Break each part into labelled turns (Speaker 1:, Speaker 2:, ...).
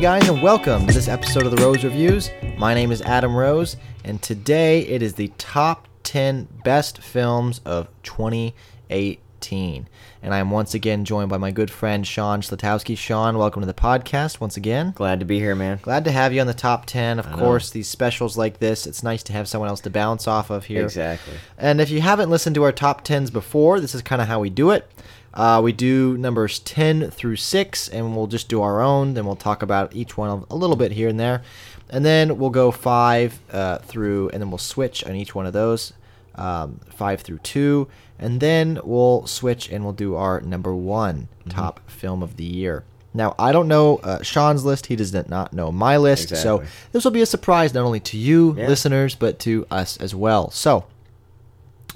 Speaker 1: guys, and welcome to this episode of the Rose Reviews. My name is Adam Rose, and today it is the top 10 best films of 2018. And I'm once again joined by my good friend Sean Slatowski. Sean, welcome to the podcast once again.
Speaker 2: Glad to be here, man.
Speaker 1: Glad to have you on the top 10. Of course, these specials like this, it's nice to have someone else to bounce off of here.
Speaker 2: Exactly.
Speaker 1: And if you haven't listened to our top 10s before, this is kind of how we do it. Uh, we do numbers 10 through 6, and we'll just do our own. Then we'll talk about each one of- a little bit here and there. And then we'll go 5 uh, through, and then we'll switch on each one of those um, 5 through 2. And then we'll switch and we'll do our number one
Speaker 2: Mm-hmm.
Speaker 1: top film of the year. Now, I don't know uh, Sean's list. He does not know my list. So
Speaker 2: Exactly.
Speaker 1: this will be a surprise not only to you,
Speaker 2: Yeah.
Speaker 1: listeners, but to us as well. So.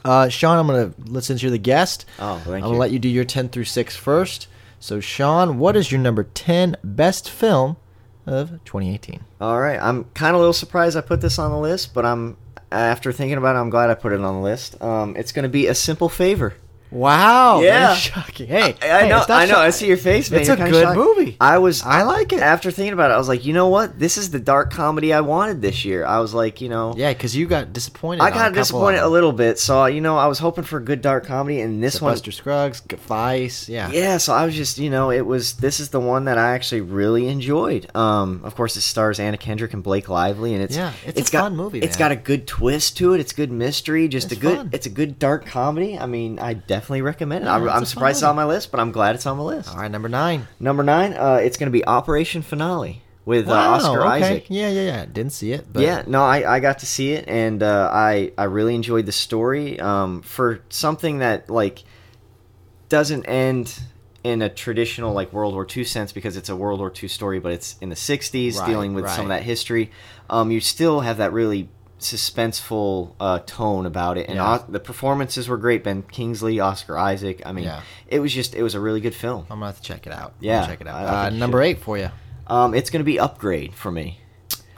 Speaker 1: Uh, Sean, I'm gonna let- since you're the guest.
Speaker 2: Oh, thank
Speaker 1: I'm gonna
Speaker 2: you.
Speaker 1: let you do your ten through six first. So, Sean, what is your number ten best film of 2018?
Speaker 2: All right. I'm kind of a little surprised I put this on the list, but I'm after thinking about it, I'm glad I put it on the list. Um, it's going to be a simple favor.
Speaker 1: Wow,
Speaker 2: Yeah.
Speaker 1: that is shocking. Hey,
Speaker 2: I, I
Speaker 1: hey,
Speaker 2: know.
Speaker 1: it's not
Speaker 2: I know.
Speaker 1: shock-
Speaker 2: I see your face, man.
Speaker 1: It's
Speaker 2: You're
Speaker 1: a
Speaker 2: kinda
Speaker 1: good
Speaker 2: shocked.
Speaker 1: movie. I,
Speaker 2: I was.
Speaker 1: like it.
Speaker 2: After thinking about it, I was like, you know what? This is the dark comedy I wanted this year. I was like, you know,
Speaker 1: yeah, because you got disappointed.
Speaker 2: I
Speaker 1: on a
Speaker 2: got
Speaker 1: couple of
Speaker 2: disappointed
Speaker 1: them.
Speaker 2: a little bit. So you know, I was hoping for a good dark comedy, and this
Speaker 1: The
Speaker 2: one
Speaker 1: Buster Scruggs, G- Vice. Yeah.
Speaker 2: yeah so i was just you know it was this is the one that i actually really enjoyed um of course it stars anna kendrick and blake lively and it's
Speaker 1: Yeah, it's a
Speaker 2: got,
Speaker 1: fun movie,
Speaker 2: It's
Speaker 1: man.
Speaker 2: got a good twist to it it's good mystery just
Speaker 1: It's
Speaker 2: a good
Speaker 1: fun.
Speaker 2: it's a good dark comedy i mean i definitely recommend it
Speaker 1: Yeah,
Speaker 2: I'm,
Speaker 1: it's a
Speaker 2: I'm
Speaker 1: fun
Speaker 2: surprised it's
Speaker 1: movie.
Speaker 2: on my list but i'm glad it's on the list
Speaker 1: All right, number nine.
Speaker 2: number nine uh it's gonna be operation finale with
Speaker 1: Wow,
Speaker 2: uh, oscar
Speaker 1: okay.
Speaker 2: isaac
Speaker 1: Yeah, yeah, yeah. Didn't see it, but
Speaker 2: yeah, no, I, I got to see it, and uh, I I really enjoyed the story. Um, for something that like doesn't end in a traditional like World War II sense because it's a World War II story, but it's in the '60s,
Speaker 1: Right,
Speaker 2: dealing with some of
Speaker 1: right.
Speaker 2: that history. Um, you still have that really suspenseful uh, tone about it, and
Speaker 1: Yeah.
Speaker 2: Os- the performances were great. Ben Kingsley, Oscar Isaac. I mean,
Speaker 1: Yeah.
Speaker 2: it was just it was a really good film.
Speaker 1: I'm gonna have to check it out. I'm
Speaker 2: Yeah,
Speaker 1: gonna check it out.
Speaker 2: I- I
Speaker 1: uh,
Speaker 2: think you
Speaker 1: number
Speaker 2: should.
Speaker 1: eight for you.
Speaker 2: Um, it's going to be upgrade for me.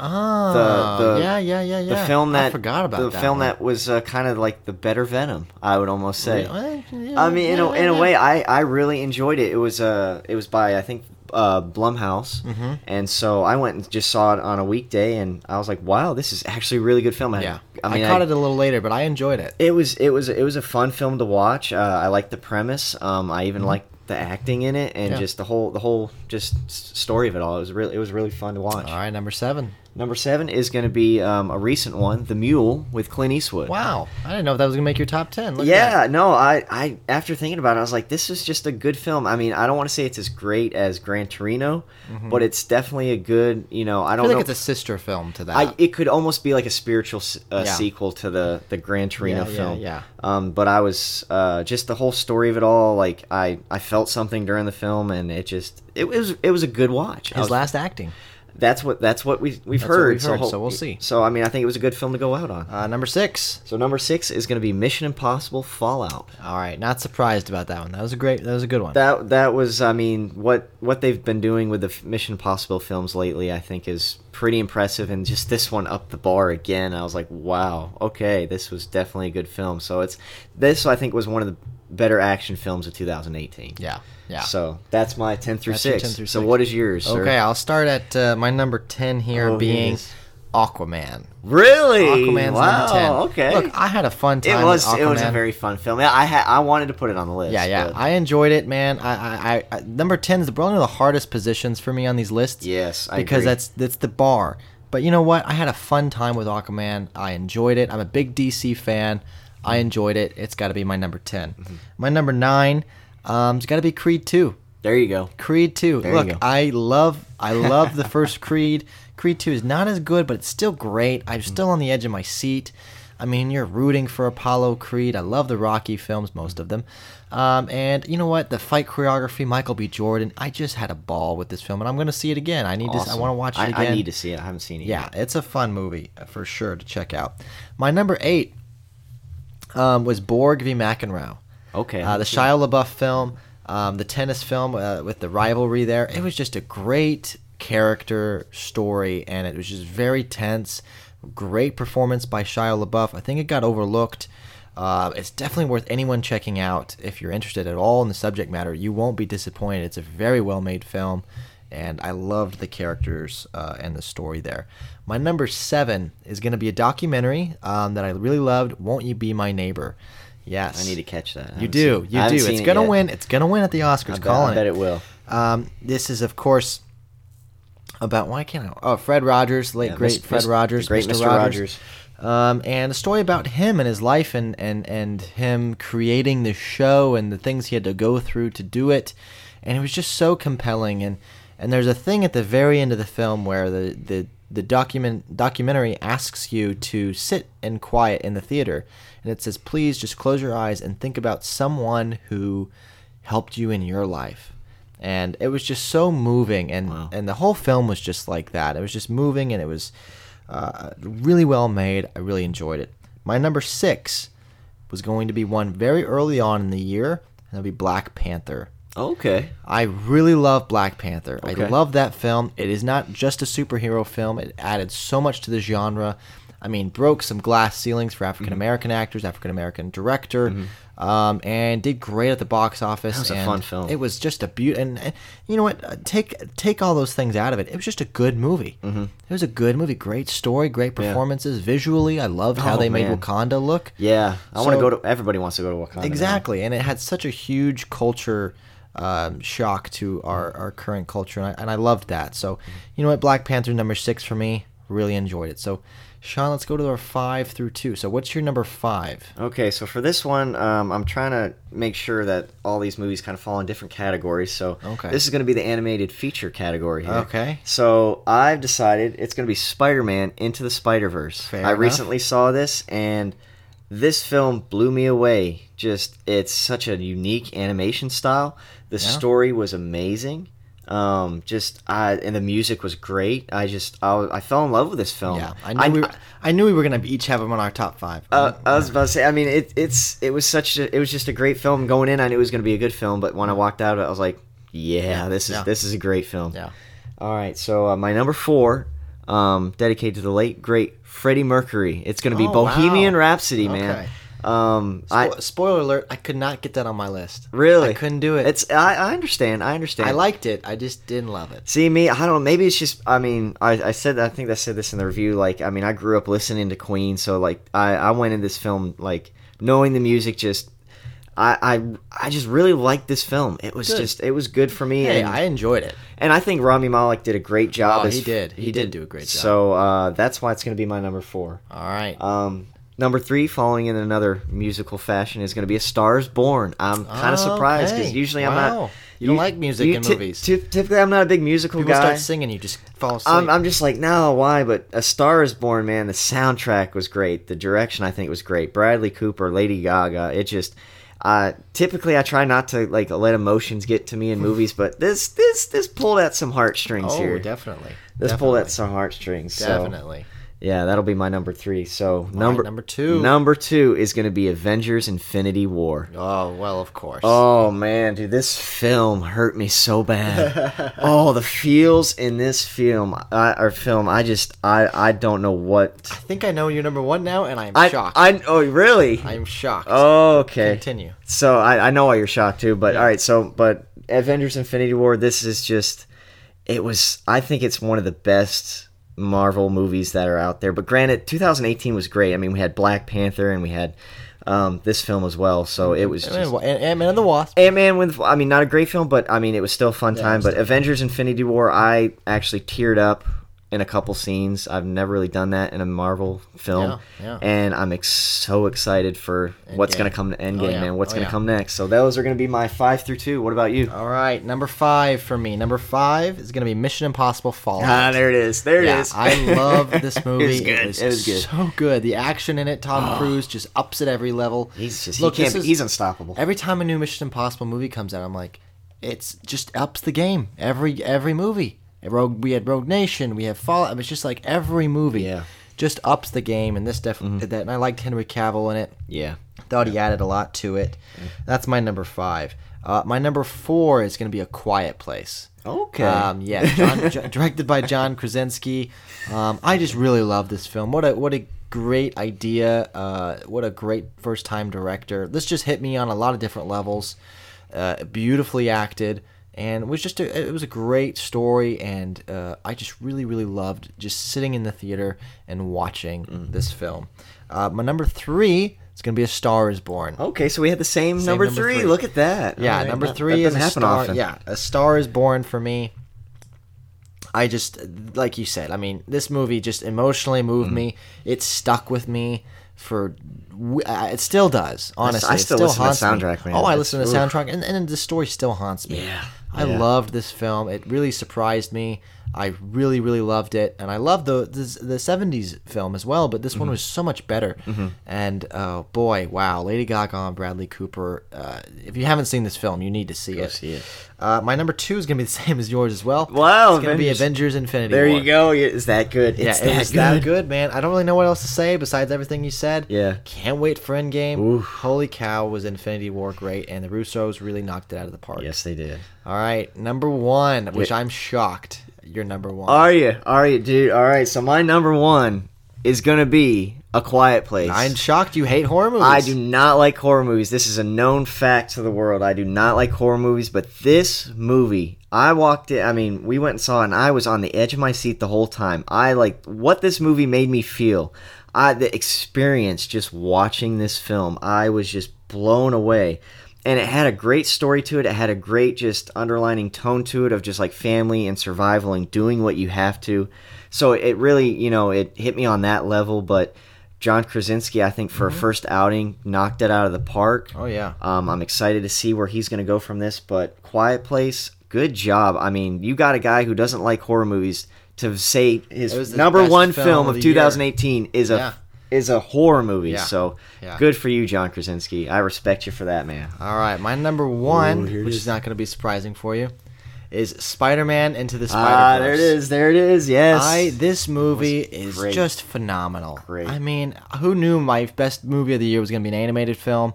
Speaker 1: Oh,
Speaker 2: the-
Speaker 1: yeah, yeah, yeah, yeah.
Speaker 2: the film that
Speaker 1: I forgot about
Speaker 2: the
Speaker 1: that
Speaker 2: film
Speaker 1: one.
Speaker 2: that was uh, kind of like the better Venom. I would almost say.
Speaker 1: Really? Eh, yeah,
Speaker 2: I mean, in a,
Speaker 1: yeah,
Speaker 2: in a
Speaker 1: yeah.
Speaker 2: way, I, I really enjoyed it. It was uh it was by I think uh, Blumhouse,
Speaker 1: Mhm.
Speaker 2: and so I went and just saw it on a weekday, and I was like, wow, this is actually a really good film. I,
Speaker 1: Yeah,
Speaker 2: I
Speaker 1: I,
Speaker 2: mean,
Speaker 1: caught it a little later, but I enjoyed it.
Speaker 2: it was it was it was a fun film to watch. Uh, I liked the premise. Um, I even liked the acting in it, and
Speaker 1: Mm-hmm. Yeah.
Speaker 2: just the whole the whole just s- story of it all. It was really it was really fun to watch.
Speaker 1: All right, number seven.
Speaker 2: Number seven is going to be um, a recent one, The Mule with Clint Eastwood.
Speaker 1: Wow, I didn't know if that was gonna make your top ten. Look at
Speaker 2: Yeah,
Speaker 1: that.
Speaker 2: no, I, I after thinking about it, I was like, this is just a good film. I mean, I don't want to say it's as great as Gran Torino, but it's definitely a good. You know,
Speaker 1: Mm-hmm.
Speaker 2: I
Speaker 1: I
Speaker 2: don't
Speaker 1: feel like
Speaker 2: know.
Speaker 1: it's a sister film to that.
Speaker 2: I, it could almost be like a spiritual s- uh,
Speaker 1: Yeah.
Speaker 2: sequel to the the Gran Torino
Speaker 1: Yeah, yeah,
Speaker 2: film.
Speaker 1: yeah.
Speaker 2: Um, but I was uh, just the whole story of it all. Like I, I felt something during the film, and it just it was it was a good watch. I
Speaker 1: His
Speaker 2: was-
Speaker 1: last acting.
Speaker 2: that's what that's what we've we've
Speaker 1: That's what
Speaker 2: heard.
Speaker 1: we've heard, so we'll see.
Speaker 2: So I mean, I think it was a good film to go out on.
Speaker 1: Uh, number six.
Speaker 2: So number six is going to be Mission Impossible Fallout.
Speaker 1: All right, not surprised about that one. That was a great. That was a good one.
Speaker 2: That that was, I mean, what what they've been doing with the f- Mission Impossible films lately, I think, is pretty impressive. And just this one up the bar again. I was like, wow, okay, this was definitely a good film. So it's this, I think, was one of the better action films of 2018.
Speaker 1: yeah, yeah.
Speaker 2: So that's my 10 through
Speaker 1: That's your
Speaker 2: six.
Speaker 1: 10 through
Speaker 2: So
Speaker 1: six.
Speaker 2: what is yours? Sir?
Speaker 1: okay, I'll start at uh, my number ten here
Speaker 2: Oh, here it
Speaker 1: being
Speaker 2: is.
Speaker 1: Aquaman.
Speaker 2: Really?
Speaker 1: Aquaman's
Speaker 2: wow.
Speaker 1: number ten.
Speaker 2: Okay.
Speaker 1: Look, I had a fun time.
Speaker 2: it was
Speaker 1: With Aquaman.
Speaker 2: it was a very fun film. I I, ha- I wanted to put it on the list.
Speaker 1: Yeah, yeah.
Speaker 2: but-
Speaker 1: I enjoyed it, man. I, I, I, I number ten is the, one of the hardest positions for me on these lists.
Speaker 2: yes, I
Speaker 1: because
Speaker 2: agree.
Speaker 1: that's that's the bar. But you know what? I had a fun time with Aquaman. I enjoyed it. I'm a big DC fan. I
Speaker 2: Mm-hmm.
Speaker 1: enjoyed it. It's got to be my number 10 My number nine, um, it's got to be Creed two.
Speaker 2: there you go.
Speaker 1: Creed two.
Speaker 2: There you
Speaker 1: Look,
Speaker 2: go.
Speaker 1: I love I love the first Creed. Creed two is not as good, but it's still great.
Speaker 2: Mm.
Speaker 1: I'm still on the edge of my seat. I mean, you're rooting for Apollo Creed. I love the Rocky films, most of them. Um, and you know what? The fight choreography, Michael B. Jordan. I just had a ball with this film, and I'm going to see it again. I need to. I
Speaker 2: Awesome.
Speaker 1: want to watch it
Speaker 2: I,
Speaker 1: again.
Speaker 2: I need to see it. I haven't seen it.
Speaker 1: Yeah,
Speaker 2: yet.
Speaker 1: it's a fun movie uh, for sure to check out. My number eight um, was Borg v. McEnroe.
Speaker 2: Okay.
Speaker 1: Uh, the Shia LaBeouf film, um, the tennis film uh, with the rivalry there. It was just a great character story, and it was just very tense. Great performance by Shia LaBeouf. I think it got overlooked. Uh, it's definitely worth anyone checking out if you're interested at all in the subject matter. You won't be disappointed. It's a very well made film, and I loved the characters uh, and the story there. My number seven is going to be a documentary um, that I really loved. Won't you be my neighbor? Yes,
Speaker 2: I need to catch that. I
Speaker 1: You
Speaker 2: haven't
Speaker 1: do,
Speaker 2: seen- I
Speaker 1: you do.
Speaker 2: haven't seen
Speaker 1: It's
Speaker 2: it
Speaker 1: gonna
Speaker 2: yet.
Speaker 1: win. It's gonna win at the
Speaker 2: I
Speaker 1: Oscars.
Speaker 2: bet,
Speaker 1: calling
Speaker 2: I bet
Speaker 1: it.
Speaker 2: it will.
Speaker 1: Um, this is, of course, about why can't I? Oh, Fred Rogers, late
Speaker 2: Yeah,
Speaker 1: great
Speaker 2: Mis-
Speaker 1: Fred
Speaker 2: Mis-
Speaker 1: Rogers,
Speaker 2: the great Mr. Rogers.
Speaker 1: Um, and a story about him and his life, and and and him creating the show and the things he had to go through to do it, and it was just so compelling. And and there's a thing at the very end of the film where the the the document documentary asks you to sit and quiet in the theater, and it says, please just close your eyes and think about someone who helped you in your life and it was just so moving and
Speaker 2: Wow.
Speaker 1: and the whole film was just like that it was just moving and it was uh, really well made i really enjoyed it my number six was going to be one very early on in the year and that'll be black panther
Speaker 2: Okay.
Speaker 1: I really love Black Panther. I
Speaker 2: Okay.
Speaker 1: love that film. It is not just a superhero film, it added so much to the genre. I mean, broke some glass ceilings for African
Speaker 2: Mm-hmm.
Speaker 1: American actors, African American director, um, and did great at the box office.
Speaker 2: That was a
Speaker 1: and
Speaker 2: fun film.
Speaker 1: It was just a beauty. And, and you know what? Uh, Take take all those things out of it. It was just a good movie. Mm-hmm. It was a good movie. Great story, great performances. Visually, I loved how
Speaker 2: Oh,
Speaker 1: they
Speaker 2: man.
Speaker 1: made Wakanda look.
Speaker 2: Yeah, I want
Speaker 1: So-
Speaker 2: to go to. Everybody wants to go to Wakanda. now.
Speaker 1: Exactly, and it had such a huge culture um, shock to our, our current culture, and I, and I loved that. So,
Speaker 2: Mm-hmm.
Speaker 1: you know what, Black Panther number six for me, really enjoyed it. So, Sean, let's go to our five through two. So, what's your number five?
Speaker 2: Okay, so for this one, um, I'm trying to make sure that all these movies kind of fall in different categories. So
Speaker 1: Okay.
Speaker 2: this is going to be the animated feature category. Here.
Speaker 1: Okay.
Speaker 2: So I've decided it's going to be Spider-Man Into the Spider-Verse.
Speaker 1: Fair
Speaker 2: I
Speaker 1: enough.
Speaker 2: recently saw this, and this film blew me away. Just it's such a unique animation style. The
Speaker 1: Yeah.
Speaker 2: story was amazing. Um, just I and the music was great. I just I, I fell in love with this film.
Speaker 1: yeah, I knew we were, I knew we were gonna each have them on our top five.
Speaker 2: Um, Uh, I was about to say. I mean, it, it's it was such a, it was just a great film going in. I knew it was going to be a good film, but when I walked out, of it, I was like, yeah, this is
Speaker 1: yeah.
Speaker 2: this is a great film.
Speaker 1: yeah,
Speaker 2: All right, so uh, my number four, um, dedicated to the late great Freddie Mercury. It's going to be
Speaker 1: Oh,
Speaker 2: Bohemian
Speaker 1: wow.
Speaker 2: Rhapsody, man. Um, I
Speaker 1: Spo- spoiler alert: I could not get that on my list.
Speaker 2: really
Speaker 1: I couldn't do it.
Speaker 2: It's I, I understand. I understand.
Speaker 1: I liked it. I just didn't love it.
Speaker 2: See me, I don't know. Maybe it's just. I mean, I, I said. I think I said this in the review. Like, I mean, I grew up listening to Queen, so like, I, I went in this film like knowing the music. Just, I, I, I just really liked this film. It was
Speaker 1: Good.
Speaker 2: just, it was good for me.
Speaker 1: Hey,
Speaker 2: and,
Speaker 1: I enjoyed it.
Speaker 2: and I think Rami Malek did a great job.
Speaker 1: Oh,
Speaker 2: as-
Speaker 1: he did. He did do a great job.
Speaker 2: So uh, that's why it's going to be my number four.
Speaker 1: All right.
Speaker 2: Um, number three, following in another musical fashion, is going to be A Star's Born. I'm kind of surprised because
Speaker 1: Okay.
Speaker 2: usually I'm
Speaker 1: Wow.
Speaker 2: not.
Speaker 1: You don't like music in
Speaker 2: ty-
Speaker 1: movies.
Speaker 2: ty- typically, I'm not a big musical
Speaker 1: People
Speaker 2: guy.
Speaker 1: start singing, you just fall asleep.
Speaker 2: I'm, I'm just like, no, why? But A Star is Born, man, the soundtrack was great. The direction, I think, was great. Bradley Cooper, Lady Gaga. It just. Uh, typically, I try not to like let emotions get to me in movies, but this this this pulled at some heartstrings
Speaker 1: oh,
Speaker 2: here.
Speaker 1: definitely.
Speaker 2: this pulled at
Speaker 1: Definitely.
Speaker 2: some heartstrings. so-
Speaker 1: Definitely.
Speaker 2: yeah, that'll be my number three. So number
Speaker 1: number two.
Speaker 2: number two is going to be Avengers: Infinity War.
Speaker 1: Oh well, of course.
Speaker 2: Oh man, dude, this film hurt me so bad. oh, the feels in this film, I, or film, I just, I, I don't know what.
Speaker 1: I think I know you're number one now, and I'm
Speaker 2: I,
Speaker 1: shocked. I,
Speaker 2: I, oh, really?
Speaker 1: am shocked.
Speaker 2: oh, okay.
Speaker 1: Continue.
Speaker 2: So I, I know why you're shocked too, but all right. So, but Avengers: Infinity War. This is just, it was. I think it's one of the best Marvel movies that are out there. But granted, 2018 was great. I mean, we had Black Panther and we had um, this film as well. So it was just.
Speaker 1: Ant Man and the Wasp.
Speaker 2: Ant Man with I mean not a great film, but I mean it was still a fun time.
Speaker 1: was
Speaker 2: But Avengers Infinity War, I actually teared up in a couple scenes. I've never really done that in a Marvel film.
Speaker 1: Yeah, yeah.
Speaker 2: And I'm ex- so excited for what's
Speaker 1: Endgame.
Speaker 2: gonna come to Endgame,
Speaker 1: yeah.
Speaker 2: man. What's
Speaker 1: Oh,
Speaker 2: gonna
Speaker 1: yeah.
Speaker 2: come next. So those are gonna be my five through two. What about you?
Speaker 1: All right, number five for me. Number five is gonna be Mission Impossible Fallout.
Speaker 2: Ah, there it is. There
Speaker 1: Yeah,
Speaker 2: it is.
Speaker 1: I love this movie.
Speaker 2: it was good. It was, good. Ah.
Speaker 1: so good. The action in it, Tom Cruise just ups at every level.
Speaker 2: He's just
Speaker 1: Look,
Speaker 2: he
Speaker 1: this
Speaker 2: can't. be
Speaker 1: is-
Speaker 2: he's unstoppable.
Speaker 1: Every time a new Mission Impossible movie comes out, I'm like, it's just ups the game. Every every movie. Rogue, we had Rogue Nation, we have Fallout. It's just like every movie
Speaker 2: Yeah. Mm-hmm.
Speaker 1: just ups the game, and this definitely did that. And I liked Henry Cavill in it.
Speaker 2: yeah.
Speaker 1: Thought he added a lot to it. That's my number five. Uh, my number four is going to be A Quiet Place.
Speaker 2: Okay.
Speaker 1: Um, yeah, John, J- directed by John Krasinski. Um, I just really love this film. What a what a great idea. Uh, what a great first time director. This just hit me on a lot of different levels. Uh, beautifully acted. and it was just a, it was a great story and uh, i just really really loved just sitting in the theater and watching this film uh, my number three is going to be a star is born
Speaker 2: Okay, so we had the same,
Speaker 1: Same
Speaker 2: number,
Speaker 1: number
Speaker 2: three.
Speaker 1: three.
Speaker 2: Look at that.
Speaker 1: yeah
Speaker 2: All right,
Speaker 1: number
Speaker 2: that-
Speaker 1: three
Speaker 2: that
Speaker 1: is
Speaker 2: doesn't
Speaker 1: a
Speaker 2: happen
Speaker 1: star
Speaker 2: often.
Speaker 1: yeah a star is born for me i just like you said i mean this movie just emotionally moved
Speaker 2: Mm-hmm.
Speaker 1: me it stuck with me for w- uh, it still does honestly
Speaker 2: I
Speaker 1: It
Speaker 2: still listen to
Speaker 1: haunts
Speaker 2: soundtrack,
Speaker 1: me.
Speaker 2: man.
Speaker 1: oh i
Speaker 2: It's-
Speaker 1: listen to
Speaker 2: oof.
Speaker 1: soundtrack and, and the story still haunts me
Speaker 2: Yeah.
Speaker 1: i
Speaker 2: Yeah.
Speaker 1: loved this film it really surprised me i really really loved it and i love the the, the 70s film as well but this
Speaker 2: Mm-hmm.
Speaker 1: one was so much better and oh boy wow lady gaga and bradley cooper uh, if you haven't seen this film you need to see it
Speaker 2: see it.
Speaker 1: Uh, my number two is going to be the same as yours as well
Speaker 2: Wow,
Speaker 1: it's going to be
Speaker 2: Avengers.
Speaker 1: avengers infinity
Speaker 2: There
Speaker 1: War.
Speaker 2: you go. Yeah, Is that good?
Speaker 1: yeah,
Speaker 2: It's
Speaker 1: it
Speaker 2: that
Speaker 1: was
Speaker 2: good.
Speaker 1: that good, man. I don't really know what else to say besides everything you said.
Speaker 2: Yeah.
Speaker 1: Can't wait for Endgame.
Speaker 2: Oof.
Speaker 1: Holy cow, was Infinity War great, and the Russos really knocked it out of the park.
Speaker 2: Yes, they did.
Speaker 1: All right, number one, which I'm shocked you're number one.
Speaker 2: Are you? Are you, dude? All right. So my number one is gonna be A Quiet Place.
Speaker 1: I'm shocked you hate horror movies.
Speaker 2: I do not like horror movies. This is a known fact to the world. I do not like horror movies, but this movie, I walked in. I mean, we went and saw, it, and I was on the edge of my seat the whole time. I like what this movie made me feel. I the experience just watching this film. I was just blown away. And it had a great story to it. It had a great just underlining tone to it of just like family and survival and doing what you have to. So it really, you know, it hit me on that level. But John Krasinski, I think, for a first outing, knocked it out of the park.
Speaker 1: Mm-hmm. Oh yeah.
Speaker 2: Um, I'm excited to see where he's going to go from this. But Quiet Place, good job. I mean, you got a guy who doesn't like horror movies to say
Speaker 1: It was
Speaker 2: his
Speaker 1: the
Speaker 2: number
Speaker 1: best
Speaker 2: one
Speaker 1: film
Speaker 2: film,
Speaker 1: of
Speaker 2: of,
Speaker 1: the year.
Speaker 2: 2018 is a
Speaker 1: Yeah.
Speaker 2: is a horror movie.
Speaker 1: Yeah.
Speaker 2: So
Speaker 1: Yeah.
Speaker 2: good for you, John Krasinski. I respect you for that, man.
Speaker 1: All right, my number one,
Speaker 2: Ooh, here it
Speaker 1: which is,
Speaker 2: is.
Speaker 1: not going to be surprising for you, is Spider-Man Into the
Speaker 2: Ah,
Speaker 1: Spider-Verse.
Speaker 2: there it is. There it is. Yes.
Speaker 1: I this movie is
Speaker 2: great.
Speaker 1: just phenomenal.
Speaker 2: Great.
Speaker 1: I mean, who knew my best movie of the year was going to be an animated film?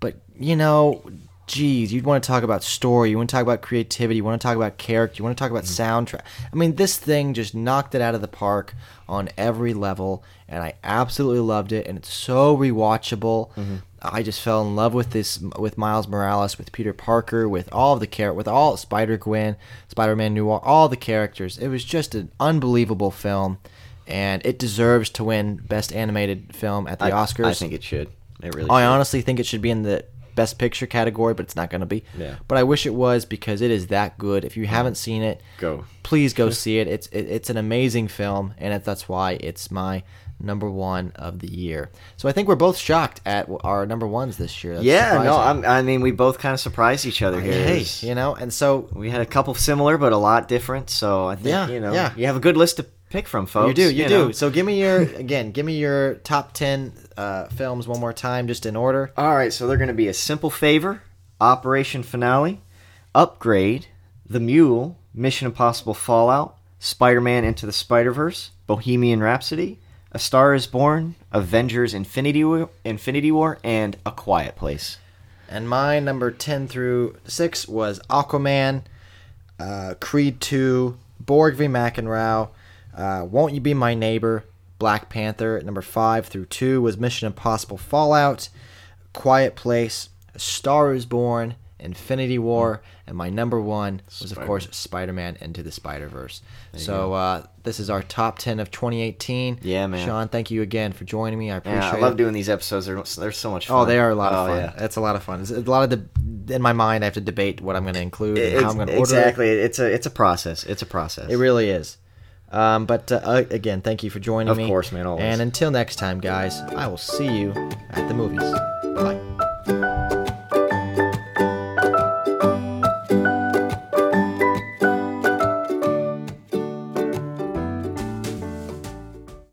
Speaker 1: But you know, geez, you'd want to talk about story, you want to talk about creativity, you want to talk about character, you want to talk about soundtrack. I mean, this thing just knocked it out of the park on every level, and I absolutely loved it. And it's so rewatchable. I just fell in love with this, with Miles Morales, with Peter Parker, with all of the char- with all Spider Gwen, Spider Man Noir, all the characters. It was just an unbelievable film, and it deserves to win Best Animated Film at the
Speaker 2: I-
Speaker 1: Oscars.
Speaker 2: I think it should. It really.
Speaker 1: I
Speaker 2: should.
Speaker 1: honestly think it should be in the Best Picture category, but it's not going to be.
Speaker 2: Yeah.
Speaker 1: But I wish it was because it is that good. If you haven't seen it,
Speaker 2: Go.
Speaker 1: Please go see it. It's it, it's an amazing film, and it, that's why it's my number one of the year. So I think we're both shocked at our number ones this year. That's
Speaker 2: Yeah. No.
Speaker 1: surprising.
Speaker 2: I'm, I mean, we both kind of surprised each other here.
Speaker 1: Hey,
Speaker 2: It's-
Speaker 1: you know, and so
Speaker 2: We had a couple similar, but a lot different. So I think
Speaker 1: Yeah,
Speaker 2: you know
Speaker 1: yeah.
Speaker 2: you have a good list to pick from, folks.
Speaker 1: you do, you, do.
Speaker 2: know.
Speaker 1: So give me your again, give me your top ten uh, films one more time, just in order.
Speaker 2: All right, so they're going to be a simple favor, Operation Finale, Upgrade, The Mule, Mission Impossible Fallout, Spider-Man Into the Spider-Verse, Bohemian Rhapsody, A Star Is Born, Avengers: Infinity War, Infinity War, and A Quiet Place.
Speaker 1: And my number 10 through 6 was Aquaman, uh, Creed 2, Borg v. McEnroe, uh, Won't You Be My Neighbor, Black Panther. At number 5 through 2 was Mission Impossible Fallout, Quiet Place, A Star is Born, Infinity War, and my number one was, of course, Spider Man Into the Spider Verse. So uh, this is our top 10 of 2018.
Speaker 2: Yeah, man.
Speaker 1: Sean, thank you again for joining me. I appreciate
Speaker 2: Yeah, I
Speaker 1: it.
Speaker 2: love doing these episodes. They're, they're so much fun.
Speaker 1: Oh, they are a lot of
Speaker 2: Oh,
Speaker 1: fun.
Speaker 2: yeah.
Speaker 1: That's a lot of fun. It's a lot of the in my mind. I have to debate what I'm going to include and how I'm going to
Speaker 2: It's-
Speaker 1: order it.
Speaker 2: Exactly. It's a it's a process. It's a process.
Speaker 1: It really is. Um, but uh, uh, again, thank you for joining
Speaker 2: Of
Speaker 1: me.
Speaker 2: course, man, always.
Speaker 1: And until next time, guys, I will see you at the movies. Bye.